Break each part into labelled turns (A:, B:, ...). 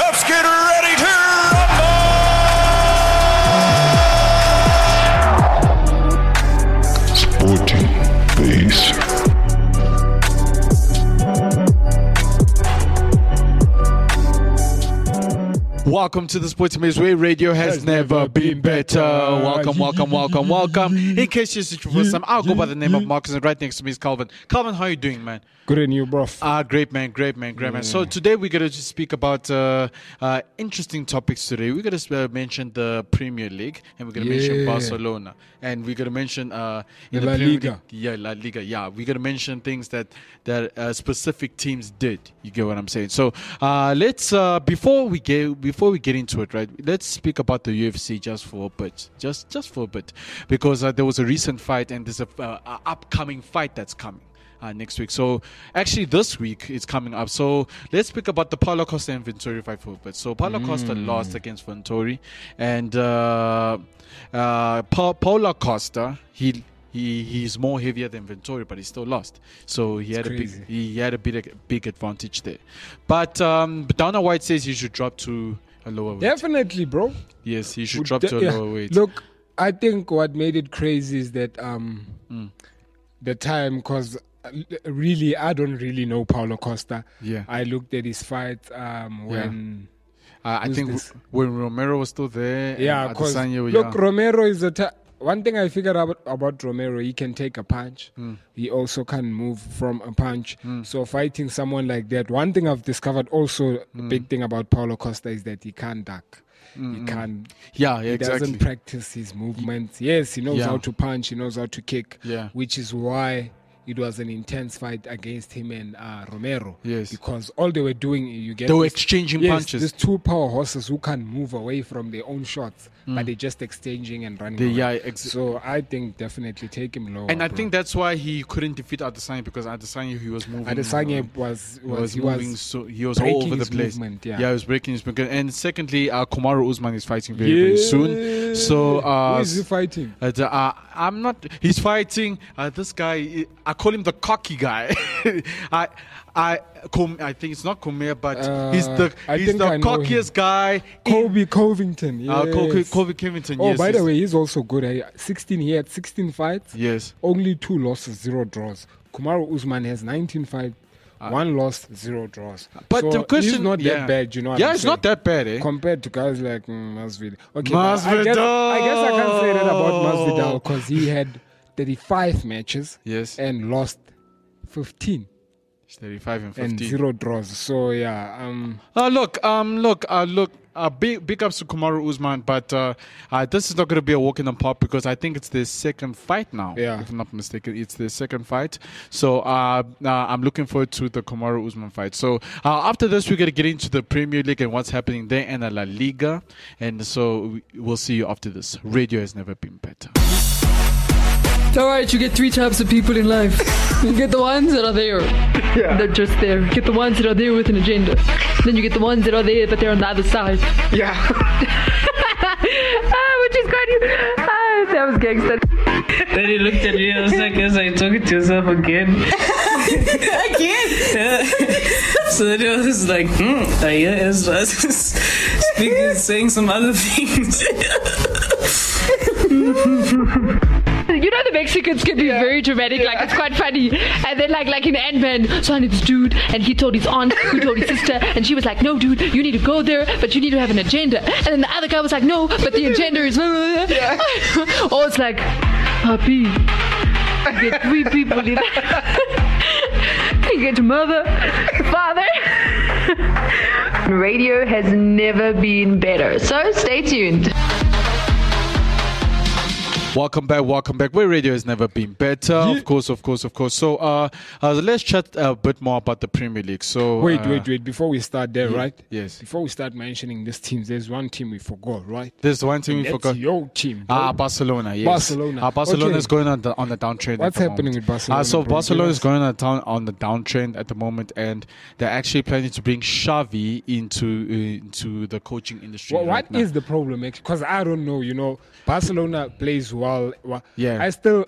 A: let's get ready to rumble!
B: Sporting base.
C: Welcome to the Sports Maze Way. Radio has, never been better. Welcome, welcome, welcome, welcome. In case you're searching for some, I'll go by the name of Marcus, and right next to me is Calvin. Calvin, how you doing, man?
D: Good and you, bruv.
C: Ah, great man, great man, great man. So
D: Mm.
C: today we're going to just speak about uh, uh, interesting topics today. We're going to uh, mention the Premier League, and we're going to mention
D: Yeah.
C: Barcelona, and we're going to mention uh, in
D: La
C: Premier
D: Liga.
C: League- yeah, La Liga. Yeah, we're gonna mention things that that uh, specific teams did. You get what I'm saying? So uh, let's uh, before we get before we get into it, right? Let's speak about the UFC just for a bit, just just for a bit, because uh, there was a recent fight and there's a, uh, a upcoming fight that's coming. Uh, next week, so actually this week it's coming up. So let's speak about the Paulo Costa and Venturi fight for a bit. So Paulo Costa
D: Mm.
C: lost against Venturi, and uh, uh, pa- Paulo Costa he he he's more heavier than Venturi, but he still lost. So he had
D: crazy.
C: a big he had a big big advantage there. But um, but Dana White says he should drop to a lower weight.
D: Definitely, bro.
C: Yes, he should
D: Would
C: drop
D: de-
C: to a
D: yeah.
C: lower weight.
D: Look, I think what made it crazy is that um,
C: Hmm.
D: the time, because really, I don't really know Paulo Costa.
C: Yeah.
D: I looked at his fight um, when.
C: Uh, I
D: who's
C: think
D: this?
C: when Romero was still there,
D: Yeah,
C: and
D: because
C: Adesanya,
D: look,
C: yeah.
D: Romero is a. ta- one thing I figured out about Romero, he can take a punch.
C: Hmm.
D: He also can move from a punch. So fighting someone like that, one thing I've discovered also, a
C: Hmm.
D: big thing about Paulo Costa is that he can't duck. He can't
C: yeah, yeah,
D: he
C: exactly.
D: doesn't practice his movements. Yes, he knows
C: Yeah.
D: how to punch, he knows how to kick,
C: Yeah.
D: which is why it was an intense fight against him and uh, Romero.
C: Yes.
D: because all they were doing, you get
C: They were
D: these-
C: exchanging
D: yes,
C: punches.
D: These two power horses who can move away from their own shots, but they're just exchanging and running.
C: Mm. They-
D: away.
C: yeah, ex-
D: so I think definitely take him lower.
C: and I
D: bro.
C: think that's why he couldn't defeat Adesanya because Adesanya he was moving. uh,
D: Adesanya was,
C: was,
D: was, he
C: moving
D: was
C: so he was all
D: breaking
C: over the
D: his
C: place.
D: movement, yeah.
C: he was breaking his movement. And secondly, uh, Komaru Usman is fighting very very soon. So uh,
D: who is he fighting?
C: uh, the- uh, I'm not. He's fighting uh, this guy. I call him the cocky guy. I, I, Com, I think it's not Komea, but he's the
D: Uh, I
C: he's
D: think
C: the
D: I know him.
C: cockiest guy. in-
D: Kobe Covington. Yes.
C: uh, Kobe, Kobe Covington.
D: Oh,
C: yes,
D: by the
C: yes.
D: way, he's also good. Eh? 16, he had 16 fights,
C: yes.
D: only two losses, zero draws. Kumaru Usman has 19 fights, one loss, zero draws.
C: Uh, But
D: So
C: the question
D: he's not
C: yeah.
D: that bad, you know. what
C: Yeah,
D: I'm
C: it's
D: saying?
C: not that bad, eh?
D: Compared to guys like mm, Masvidal. Okay, but I guess, I guess I can't say that about Masvidal
C: Masvidal.
D: because he had 35 matches
C: Yes.
D: and lost 15
C: Thirty-five and
D: and
C: fifteen.
D: zero draws. So, yeah. Um,
C: Uh, look, um, look, uh, look. Uh, big, big ups to Kamaru Usman, but uh, uh, this is not going to be a walk in the park because I think it's their second fight now.
D: Yeah.
C: If I'm not mistaken, it's their second fight. So uh, uh, I'm looking forward to the Kamaru Usman fight. So uh, after this, we're going to get into the Premier League and what's happening there and the La Liga. And so we- we'll see you after this. Radio has never been better.
E: It's all right. You get three types of people in life. You get the ones that are there. They're just there. You get the ones that are there with an agenda. Then you get the ones that are there, but they're on the other side. Yeah. Which is quite. Ah, that was gangster.
F: Then he looked at me and was like, "Yes, are you talking to yourself again?" again? so then he was like, hmm, I hear Ezra speaking, saying some other things.
E: You know the Mexicans can be very dramatic, like it's quite funny. And then like like in Ant Man, so I knew this dude, and he told his aunt, who told his sister, and she was like, No dude, you need to go there, but you need to have an agenda. And then the other guy was like, No, but the agenda is Or it's like Papi. You get three people in You get mother, father. Radio has never been better. So stay tuned.
C: Welcome back, welcome back. Where radio has never been better.
D: Ye-
C: Of course, of course, of course. So uh, uh, let's chat a bit more about the Premier League. So
D: Wait,
C: uh,
D: wait, wait. Before we start there, right?
C: yes.
D: Before we start mentioning these teams, there's one team we forgot, right?
C: There's one team we
D: That's
C: forgot.
D: your team. bro.
C: Ah, Barcelona. Yes.
D: Barcelona.
C: Ah, Barcelona
D: Okay.
C: is going on the on the downtrend.
D: What's
C: at the
D: happening
C: moment.
D: with Barcelona,
C: Ah, so
D: bro?
C: Barcelona
D: Give
C: is
D: us-
C: going on down on the downtrend at the moment, and they're actually planning to bring Xavi into uh, into the coaching industry.
D: Wha-
C: right
D: What is
C: now.
D: the problem? Because I don't know. You know, Barcelona plays well. Wha-
C: Yeah.
D: I still,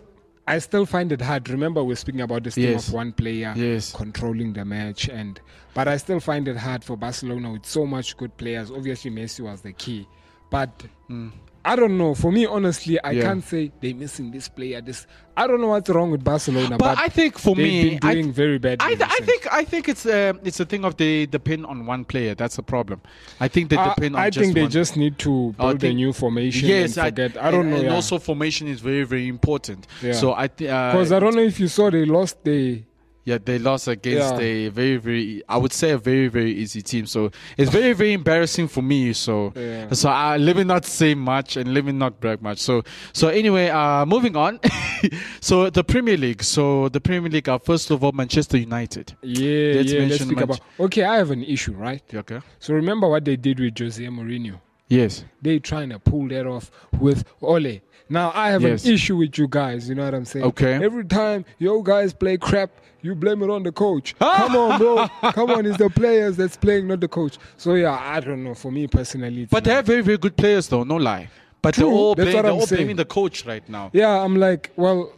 D: I still find it hard. Remember, we're speaking about this thing
C: Yes.
D: of one player
C: Yes.
D: controlling the match, and but I still find it hard for Barcelona with so much good players. Obviously, Messi was the key, but. I don't know. For me, honestly, I
C: Hmm. Yeah.
D: can't say they're missing this player. This I don't know what's wrong with Barcelona. But,
C: But, I think for
D: they've
C: me,
D: been
C: I-
D: doing very badly.
C: I, th- I
D: recently.
C: think I think it's um it's a thing of they depend on one player. That's the problem. I think they
D: I-
C: depend on.
D: Uh, I
C: just
D: think they
C: one-
D: just need to
C: I
D: build a
C: think-
D: new formation.
C: Yes,
D: and forget. I,
C: and-
D: don't know.
C: And
D: yeah.
C: also, formation is very very important.
D: Yeah.
C: So I think
D: Because I don't know if you saw they lost the.
C: Yeah, they lost against
D: Yeah.
C: a very, very, I would say a very, very easy team. So it's very, very embarrassing for me. So,
D: Yeah.
C: so I let me not say much and let me not brag much. So, so anyway, uh, moving on. so the Premier League. So the Premier League are first of all Manchester United. Let's
D: Yeah, yeah. Let's
C: mention
D: speak
C: Manch-
D: about. Okay, I have an issue, right?
C: Okay.
D: So remember what they did with Jose Mourinho?
C: Yes.
D: They trying to pull that off with Ole. Now I have
C: Yes.
D: an issue with you guys. You know what I'm saying?
C: Okay.
D: Every time you guys play crap, you blame it on the coach.
C: Ah!
D: Come on, bro. Come on, it's the players that's playing, not the coach. So yeah, I don't know. For me personally, it's
C: But they have very, very good players though. No lie. But
D: True,
C: they're all,
D: that's
C: blaming,
D: what
C: they're
D: I'm
C: all
D: saying.
C: blaming the coach right now.
D: Yeah, I'm like, well,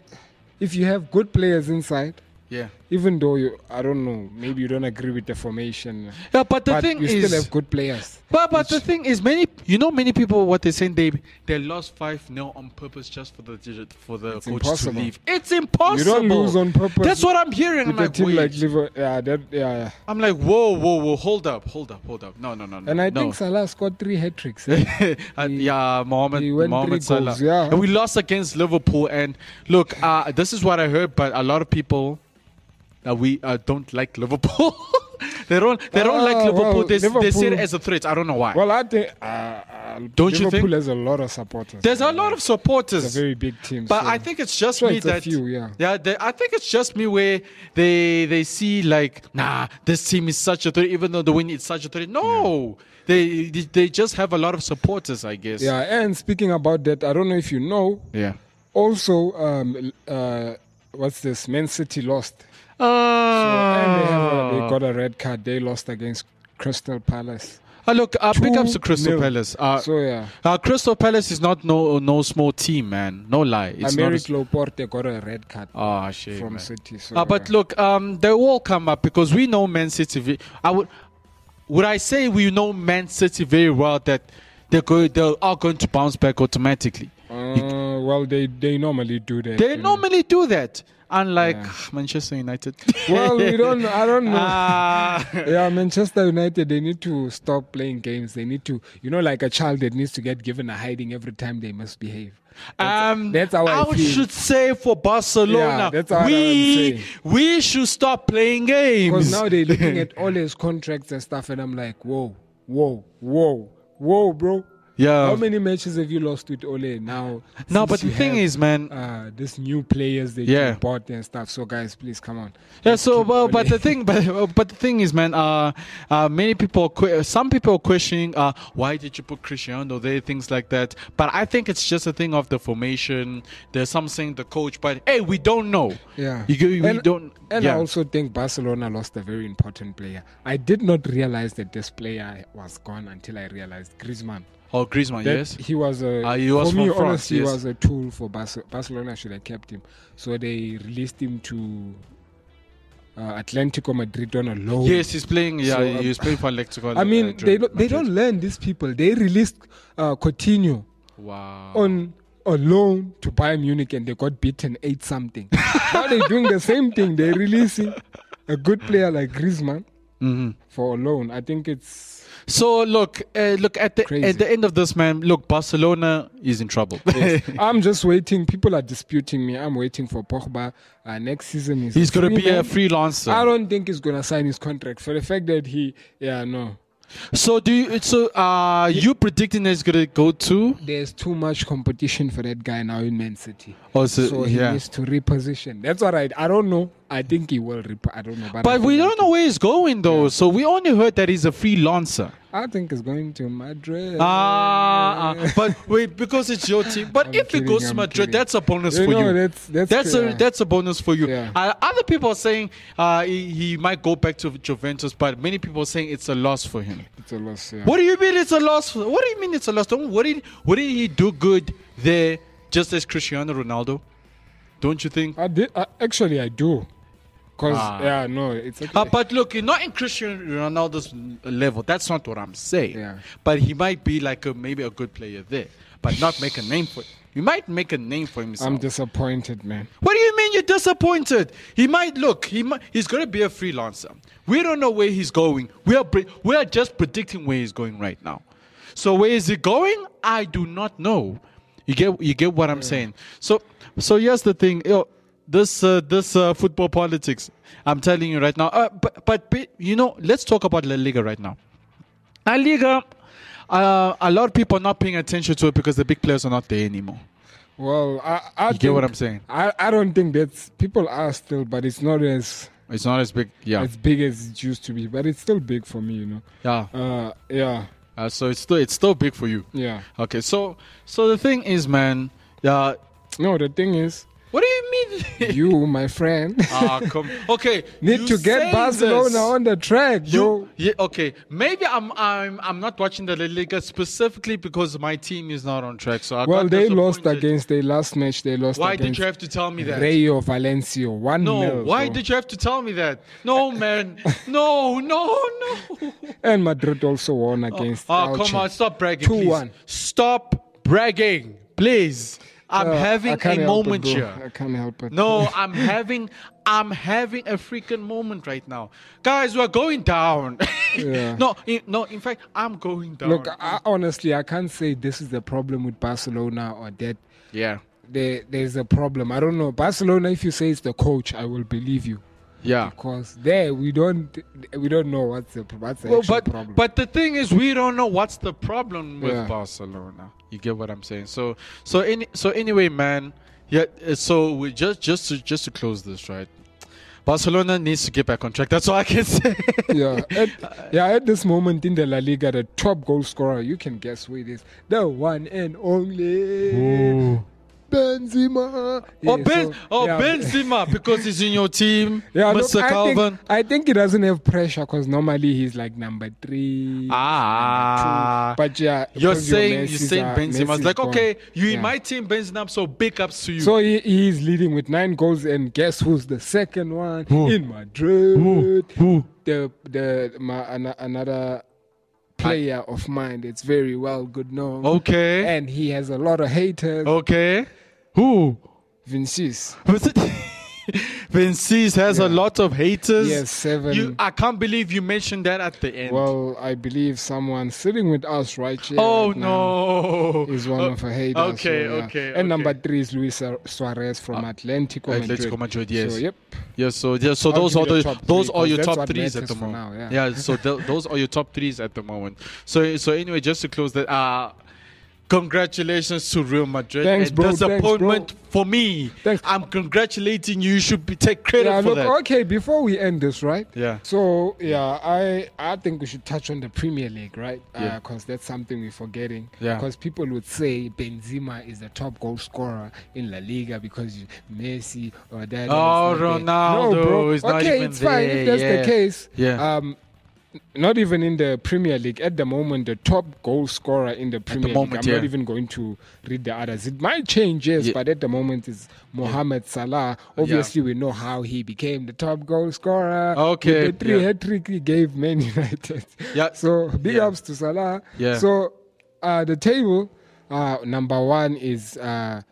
D: if you have good players inside,
C: Yeah.
D: even though you, I don't know, maybe you don't agree with the formation.
C: Yeah, but the thing
D: you
C: is,
D: still have good players.
C: But but the thing is, many you know many people what they're saying they they lost five 0 on purpose just for the digit for the coach
D: impossible.
C: to leave. It's impossible.
D: lose on purpose
C: That's what I'm hearing. I'm
D: With a
C: like,
D: team like
C: wait.
D: Liverpool, yeah, that, yeah, yeah.
C: I'm like, whoa, whoa, whoa, hold up, hold up, hold up. No, no, no, no.
D: And I
C: no.
D: think Salah scored three eh? hat tricks.
C: Uh, yeah, Mohamed,
D: he went
C: Mohamed
D: three
C: Salah.
D: goals, yeah.
C: And we lost against Liverpool. And look, uh, this is what I heard, but a lot of people uh, we uh, don't like Liverpool. they don't. They don't like
D: Ah,
C: Liverpool.
D: well,
C: they, s- they see it
D: Liverpool-
C: as a threat. I don't know why.
D: well, I think uh, uh,
C: Don't you
D: Liverpool
C: think-
D: has a lot of supporters.
C: There's a lot of supporters.
D: It's a very big team.
C: But
D: so-
C: I think it's just
D: Sure,
C: me
D: it's a
C: that
D: few, yeah.
C: they, I think it's just me where they they see like nah this team is such a threat even though the win is such a threat. No, they they they just have a lot of supporters, I guess.
D: Yeah, and speaking about that, I don't know if you know.
C: yeah.
D: Also, um, uh, what's this? Man City lost.
C: Oh.
D: and they, have a, they
C: Uh,
D: got a red card. They lost against Crystal Palace.
C: uh, look, uh, big ups to Crystal
D: 2-0.
C: Palace. Uh,
D: so yeah,
C: uh, Crystal Palace is not no no small team, man. No lie, it's not. a
D: Americ
C: s-
D: Loporte got a red card
C: Ah, shit,
D: from
C: man.
D: City. So
C: Uh, but look, um, they will come up because we know Man City. ve- I would, would I say we know Man City very well that they're go, they are going to bounce back automatically.
D: uh, well, they they normally do that.
C: They
D: you know.
C: normally do that, unlike Manchester United.
D: Well, we don't. I don't know.
C: Ah.
D: yeah, Manchester United. They need to stop playing games. They need to, you know, like a child that needs to get given a hiding every time they misbehave. That's,
C: Um,
D: that's how I,
C: would-
D: feel.
C: should say for Barcelona,
D: Yeah, that's what I'm
C: we
D: saying.
C: we should stop playing
D: Because
C: games.
D: now they're looking at all his contracts and stuff, and I'm like, whoa, whoa, whoa, whoa, bro.
C: Yeah.
D: How many matches have you lost with Ole now?
C: No,
D: since
C: but the
D: you
C: thing
D: have,
C: is, man-
D: uh, this new players they
C: Yeah.
D: yeah. bought and stuff. So guys, please come on.
C: Yeah.
D: Let's
C: So,
D: keep
C: well, but
D: Ole.
C: the thing, but but the thing is, man. Uh, uh many people, are que- some people are questioning, uh, why did you put Cristiano there? Things like that. But I think it's just a thing of the formation. There's some saying the coach, but hey, we don't know.
D: yeah,
C: You, go- we
D: and,
C: don't.
D: And
C: yeah.
D: I also think Barcelona lost a very important player. I did not realize that this player was gone until I realized Griezmann.
C: oh, Griezmann.
D: that
C: yes.
D: he was a
C: Ah, he was
D: for me
C: from France,
D: honestly
C: yes.
D: he was a tool for Barce- Barcelona should have kept him so they released him to uh, Atlético Madrid on a loan
C: Yes, Uh, he's playing. Yeah,
D: So, um,
C: he's playing for Lexico.
D: I mean they don't, they don't learn these people they released uh, Coutinho
C: Wow.
D: on a loan to Bayern Munich and they got beaten eight something now they're doing the same thing they're releasing a good player like Griezmann
C: Mm-hmm.
D: for a loan I think it's
C: So look, uh, look at the
D: Crazy.
C: at the end of this, man. Look, Barcelona is in trouble.
D: I'm just waiting. People are disputing me. I'm waiting for Pogba. Uh, next season is
C: he's gonna be a
D: man.
C: freelancer.
D: I don't think he's gonna sign his contract for the fact that he. Yeah, no.
C: So do you? So uh, you predicting that it's gonna go to?
D: There's too much competition for that guy now in Man City.
C: Oh, so-
D: he
C: yeah.
D: needs to reposition. That's what I. I don't know. I think he will. Rep- I don't know. But, I
C: But we
D: think-
C: don't know where he's going though. So we only heard that he's a freelancer.
D: I think he's going to Madrid.
C: Ah, ah, but wait, because it's your team. But
D: I'm
C: if
D: kidding,
C: it goes
D: I'm
C: to Madrid,
D: kidding.
C: that's a bonus
D: You
C: for
D: know,
C: you.
D: that's- that's true,
C: a
D: yeah.
C: that's a bonus for you.
D: Yeah.
C: Uh, other people are saying uh, he, he might go back to Juventus, but many people are saying it's a loss for him.
D: It's a loss, yeah.
C: What do you mean it's a loss? for- What do you mean it's a loss? Don't what did what did he do good there? Just as Cristiano Ronaldo, don't you think?
D: I did. I, actually, I do. Cause
C: Ah.
D: yeah, no, it's okay.
C: Uh, but look, you're not in Cristiano Ronaldo's level. That's not what I'm saying.
D: Yeah.
C: But he might be like a, maybe a good player there, but not make a name for. He might make a name for himself.
D: I'm disappointed, man.
C: what do you mean you're disappointed? He might look. He might, he's going to be a freelancer. We don't know where he's going. We are pre- we are just predicting where he's going right now. So where is he going? I do not know. You get you get what I'm saying. So so here's the thing. Yo, this uh, this uh, football politics. I'm telling you right now. Uh, but, but but you know, let's talk about La Liga right now. La Liga. Uh, a lot of people are not paying attention to it because the big players are not there anymore.
D: Well, I, I
C: You get what
D: think-
C: I'm saying?
D: I, I don't think that's people are still, but it's not as
C: It's not as big. Yeah.
D: as big as it used to be. But it's still big for me, you know.
C: yeah.
D: Uh, yeah,
C: Uh, so it's still it's still big for you.
D: yeah.
C: Okay. So so the thing is, man. Uh,
D: No, the thing is,
C: what do you mean?
D: you, my friend,
C: Ah, come. Okay.
D: need
C: you
D: to
C: saying
D: get Barcelona
C: this.
D: on the track, bro.
C: You, yeah, okay. Maybe I'm I'm I'm not watching the La Liga specifically because my team is not on track. So I
D: well,
C: got
D: they lost
C: disappointed.
D: against their last match. They lost.
C: Why did
D: against
C: you have to tell me that?
D: Rayo Valencio one
C: no.
D: nil,
C: why
D: bro.
C: did you have to tell me that? No, man. no, no, no.
D: and Madrid also won against.
C: Oh,
D: Elche.
C: come on, stop bragging.
D: Two
C: please.
D: one.
C: Stop bragging, please. I'm
D: Uh, I
C: having a
D: can't help it,
C: moment
D: bro. I
C: here.
D: can't help it.
C: No, I'm having I'm having a freaking moment right now. Guys, we're going down.
D: Yeah.
C: no, in, no, in fact, I'm going down.
D: Look, I, honestly, I can't say this is the problem with Barcelona or that
C: yeah.
D: there, there's a problem. I don't know. Barcelona, if you say it's the coach, I will believe you.
C: Yeah.
D: Because there we don't we don't know what's the what's the
C: Well,
D: actual
C: but
D: problem.
C: but the thing is, we don't know what's the problem with
D: Yeah.
C: Barcelona. You get what I'm saying? So so any so anyway, man. Yeah. uh, So we just just to just to close this right. Barcelona needs to get back on track. That's all I can say.
D: yeah,
C: Uh,
D: at, yeah. At this moment in the La Liga, the top goal scorer you can guess who it is. The one and only Benzema.
C: Oh,
D: Yeah,
C: ben,
D: so-
C: oh
D: yeah,
C: Benzema because he's in your team,
D: Yeah, look,
C: Mr.
D: I
C: Calvin.
D: think, I think he doesn't have pressure because normally he's like number three.
C: ah,
D: But yeah,
C: you're
D: because your
C: saying you're
D: Messi's
C: saying
D: are-
C: Benzema's
D: Messi's
C: like
D: gone.
C: okay, you in
D: Yeah.
C: my team, Benzema. So big ups to you.
D: So he, he is leading with nine goals, and guess who's the second one in Madrid? The the my, an, another player of mine. It's very well good known.
C: Okay. Oh.
D: and he has a lot of haters.
C: okay, who?
D: Vinicius,
C: Was it? Vinicius has a lot of haters.
D: Yes, seven.
C: You, I can't believe you mentioned that at the end.
D: well, I believe someone sitting with us right here.
C: oh
D: right now
C: no,
D: Is one
C: Oh,
D: of her haters. so
C: Okay,
D: yeah.
C: okay.
D: And
C: okay.
D: number three is Luis Suar- Suarez from Atletico Madrid.
C: Atletico Madrid, yes.
D: So, yep.
C: Yeah, so yeah, so
D: I'll
C: those
D: give
C: are
D: you the
C: the,
D: top
C: those are
D: three, 'cause
C: your
D: that's
C: top
D: what
C: threes at
D: matters
C: the
D: for
C: moment.
D: now,
C: yeah.
D: yeah.
C: so th- those are your top threes at the moment. So so anyway, just to close that, uh, congratulations to Real Madrid.
D: Thanks,
C: A
D: bro, thanks, bro.
C: Disappointment for me.
D: Thanks.
C: I'm congratulating you. You should be, take credit
D: Yeah,
C: for
D: look,
C: that.
D: okay, before we end this, right?
C: Yeah.
D: So, yeah, I I think we should touch on the Premier League, right?
C: Yeah.
D: Because that's something we're forgetting.
C: Yeah.
D: Because people would say Benzema is the top goal scorer in La Liga because you- Messi or that.
C: Oh,
D: is not there.
C: Ronaldo
D: No, bro.
C: is
D: okay,
C: not even
D: it's fine
C: there,
D: if that's
C: yeah.
D: the case.
C: Yeah.
D: Um, n- not even in the Premier League at the moment. The top goal scorer in the Premier
C: moment,
D: League. I'm
C: yeah.
D: not even going to read the others. It might change, yes,
C: Yeah.
D: but at the moment it's Mohamed Salah. Obviously, we know how he became the top goal scorer.
C: Okay,
D: With the three
C: yeah.
D: hat trick he gave Man United.
C: Yeah.
D: So big
C: Yeah.
D: ups to Salah.
C: Yeah.
D: So uh, the table, uh, number one is uh,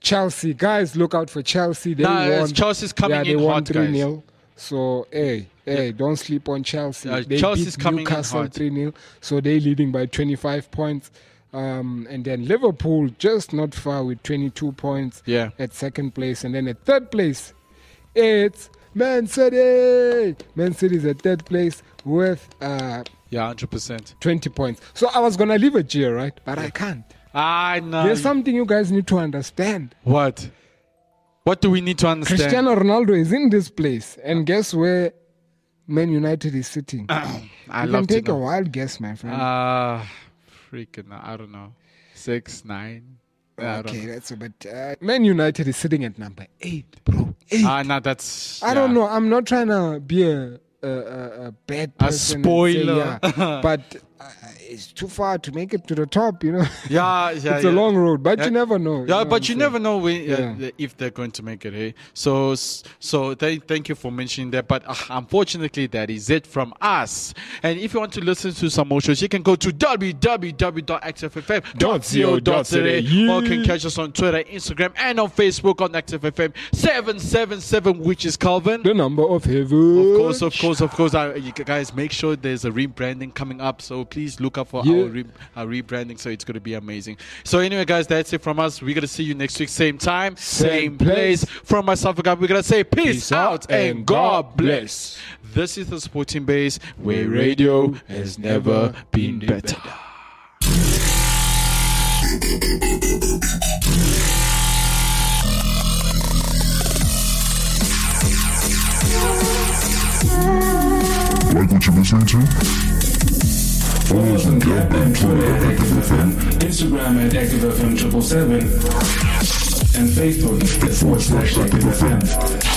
D: Chelsea. Guys, look out for Chelsea. They
C: Nah, it's-
D: won.
C: Chelsea's coming
D: yeah, they
C: in
D: won
C: hot, guys.
D: 3-0. So hey, hey, don't sleep on Chelsea.
C: Uh,
D: they
C: Chelsea's
D: beat
C: coming in
D: Newcastle
C: hot.
D: 3 0. So they're leading by 25 points. Um, and then Liverpool just not far with 22 points
C: Yeah.
D: at second place. And then at third place, it's Man City. Man City is at third place with uh,
C: Yeah, hundred percent.
D: 20 points. So I was going to leave a G, right? But I can't.
C: I know.
D: There's something you guys need to understand.
C: what? What do we need to understand?
D: Cristiano Ronaldo is in this place. And guess where Man United is sitting?
C: Ah, I
D: you
C: love
D: can
C: to
D: take a
C: know.
D: wild guess, my friend.
C: Uh, freaking, I don't know. Six, nine. I don't
D: okay,
C: know.
D: that's about. Uh, Man United is sitting at number eight, bro. Eight.
C: Ah, no, that's.
D: I don't
C: yeah.
D: know. I'm not trying to be a a, a, a bad person. and say,
C: spoiler.
D: yeah, but uh, it's too far to make it to the top. You know.
C: Yeah, yeah.
D: It's a
C: yeah.
D: long road, but you never know, you
C: Yeah,
D: know what I'm
C: but you
D: saying?
C: never know when, uh,
D: Yeah.
C: if they're going to make it. Hey, so so th- thank you for mentioning that. But uh, unfortunately, that is it from us. And if you want to listen to some more shows, you can go to www.xffm.co.za or can catch us on Twitter, Instagram, and on Facebook on XFFM seven seven seven, which is Calvin.
D: the number of heaven.
C: Of course, of course, of course. Uh, you guys, make sure there's a rebranding coming up. So please look out for
D: Yeah.
C: our, re- our rebranding. So it's going to be amazing. So anyway, guys, that's it from us. We're going to see you next week, same time, same, place.
D: place.
C: From myself, again, we're going to say peace,
D: Peace
C: out
D: out
C: and
D: and
C: God
D: God
C: bless. This is the Sporting Base where radio has never been better.
B: Like what you're listening to? Follow us on Yelp and Twitter at XFFM
G: Instagram at ActiveFM777 and Facebook at forward slash ActiveFM.